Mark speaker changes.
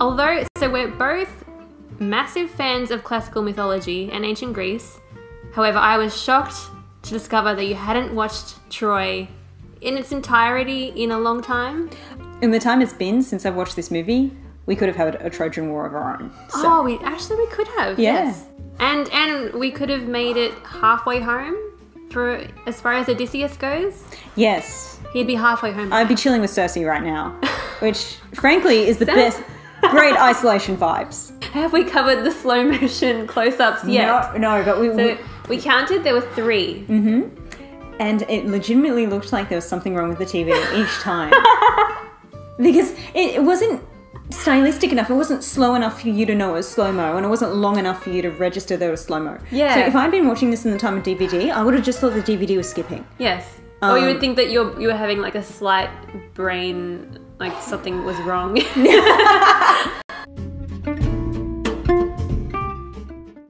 Speaker 1: although, so we're both massive fans of classical mythology and ancient Greece. However, I was shocked to discover that you hadn't watched Troy in its entirety in a long time.
Speaker 2: In the time it's been since I've watched this movie, we could have had a Trojan War of our own. So
Speaker 1: Oh, we actually we could have.
Speaker 2: Yeah.
Speaker 1: Yes. And and we could have made it halfway home for as far as Odysseus goes.
Speaker 2: yes,
Speaker 1: He'd be halfway home.
Speaker 2: I'd be chilling with Cersei right now, which frankly is the best. Great isolation vibes.
Speaker 1: have we covered the slow motion close ups yet?
Speaker 2: No, no, but we,
Speaker 1: So
Speaker 2: we
Speaker 1: we counted there were 3
Speaker 2: and it legitimately looked like there was something wrong with the TV each time because it, it wasn't stylistic enough. It wasn't slow enough for you to know it was slow mo, and it wasn't long enough for you to register there was slow mo.
Speaker 1: Yeah.
Speaker 2: So if I'd been watching this in the time of DVD, I would have just thought the DVD was skipping.
Speaker 1: Yes. or you
Speaker 2: Um,
Speaker 1: would think that you're you were having like a slight brain like something was wrong.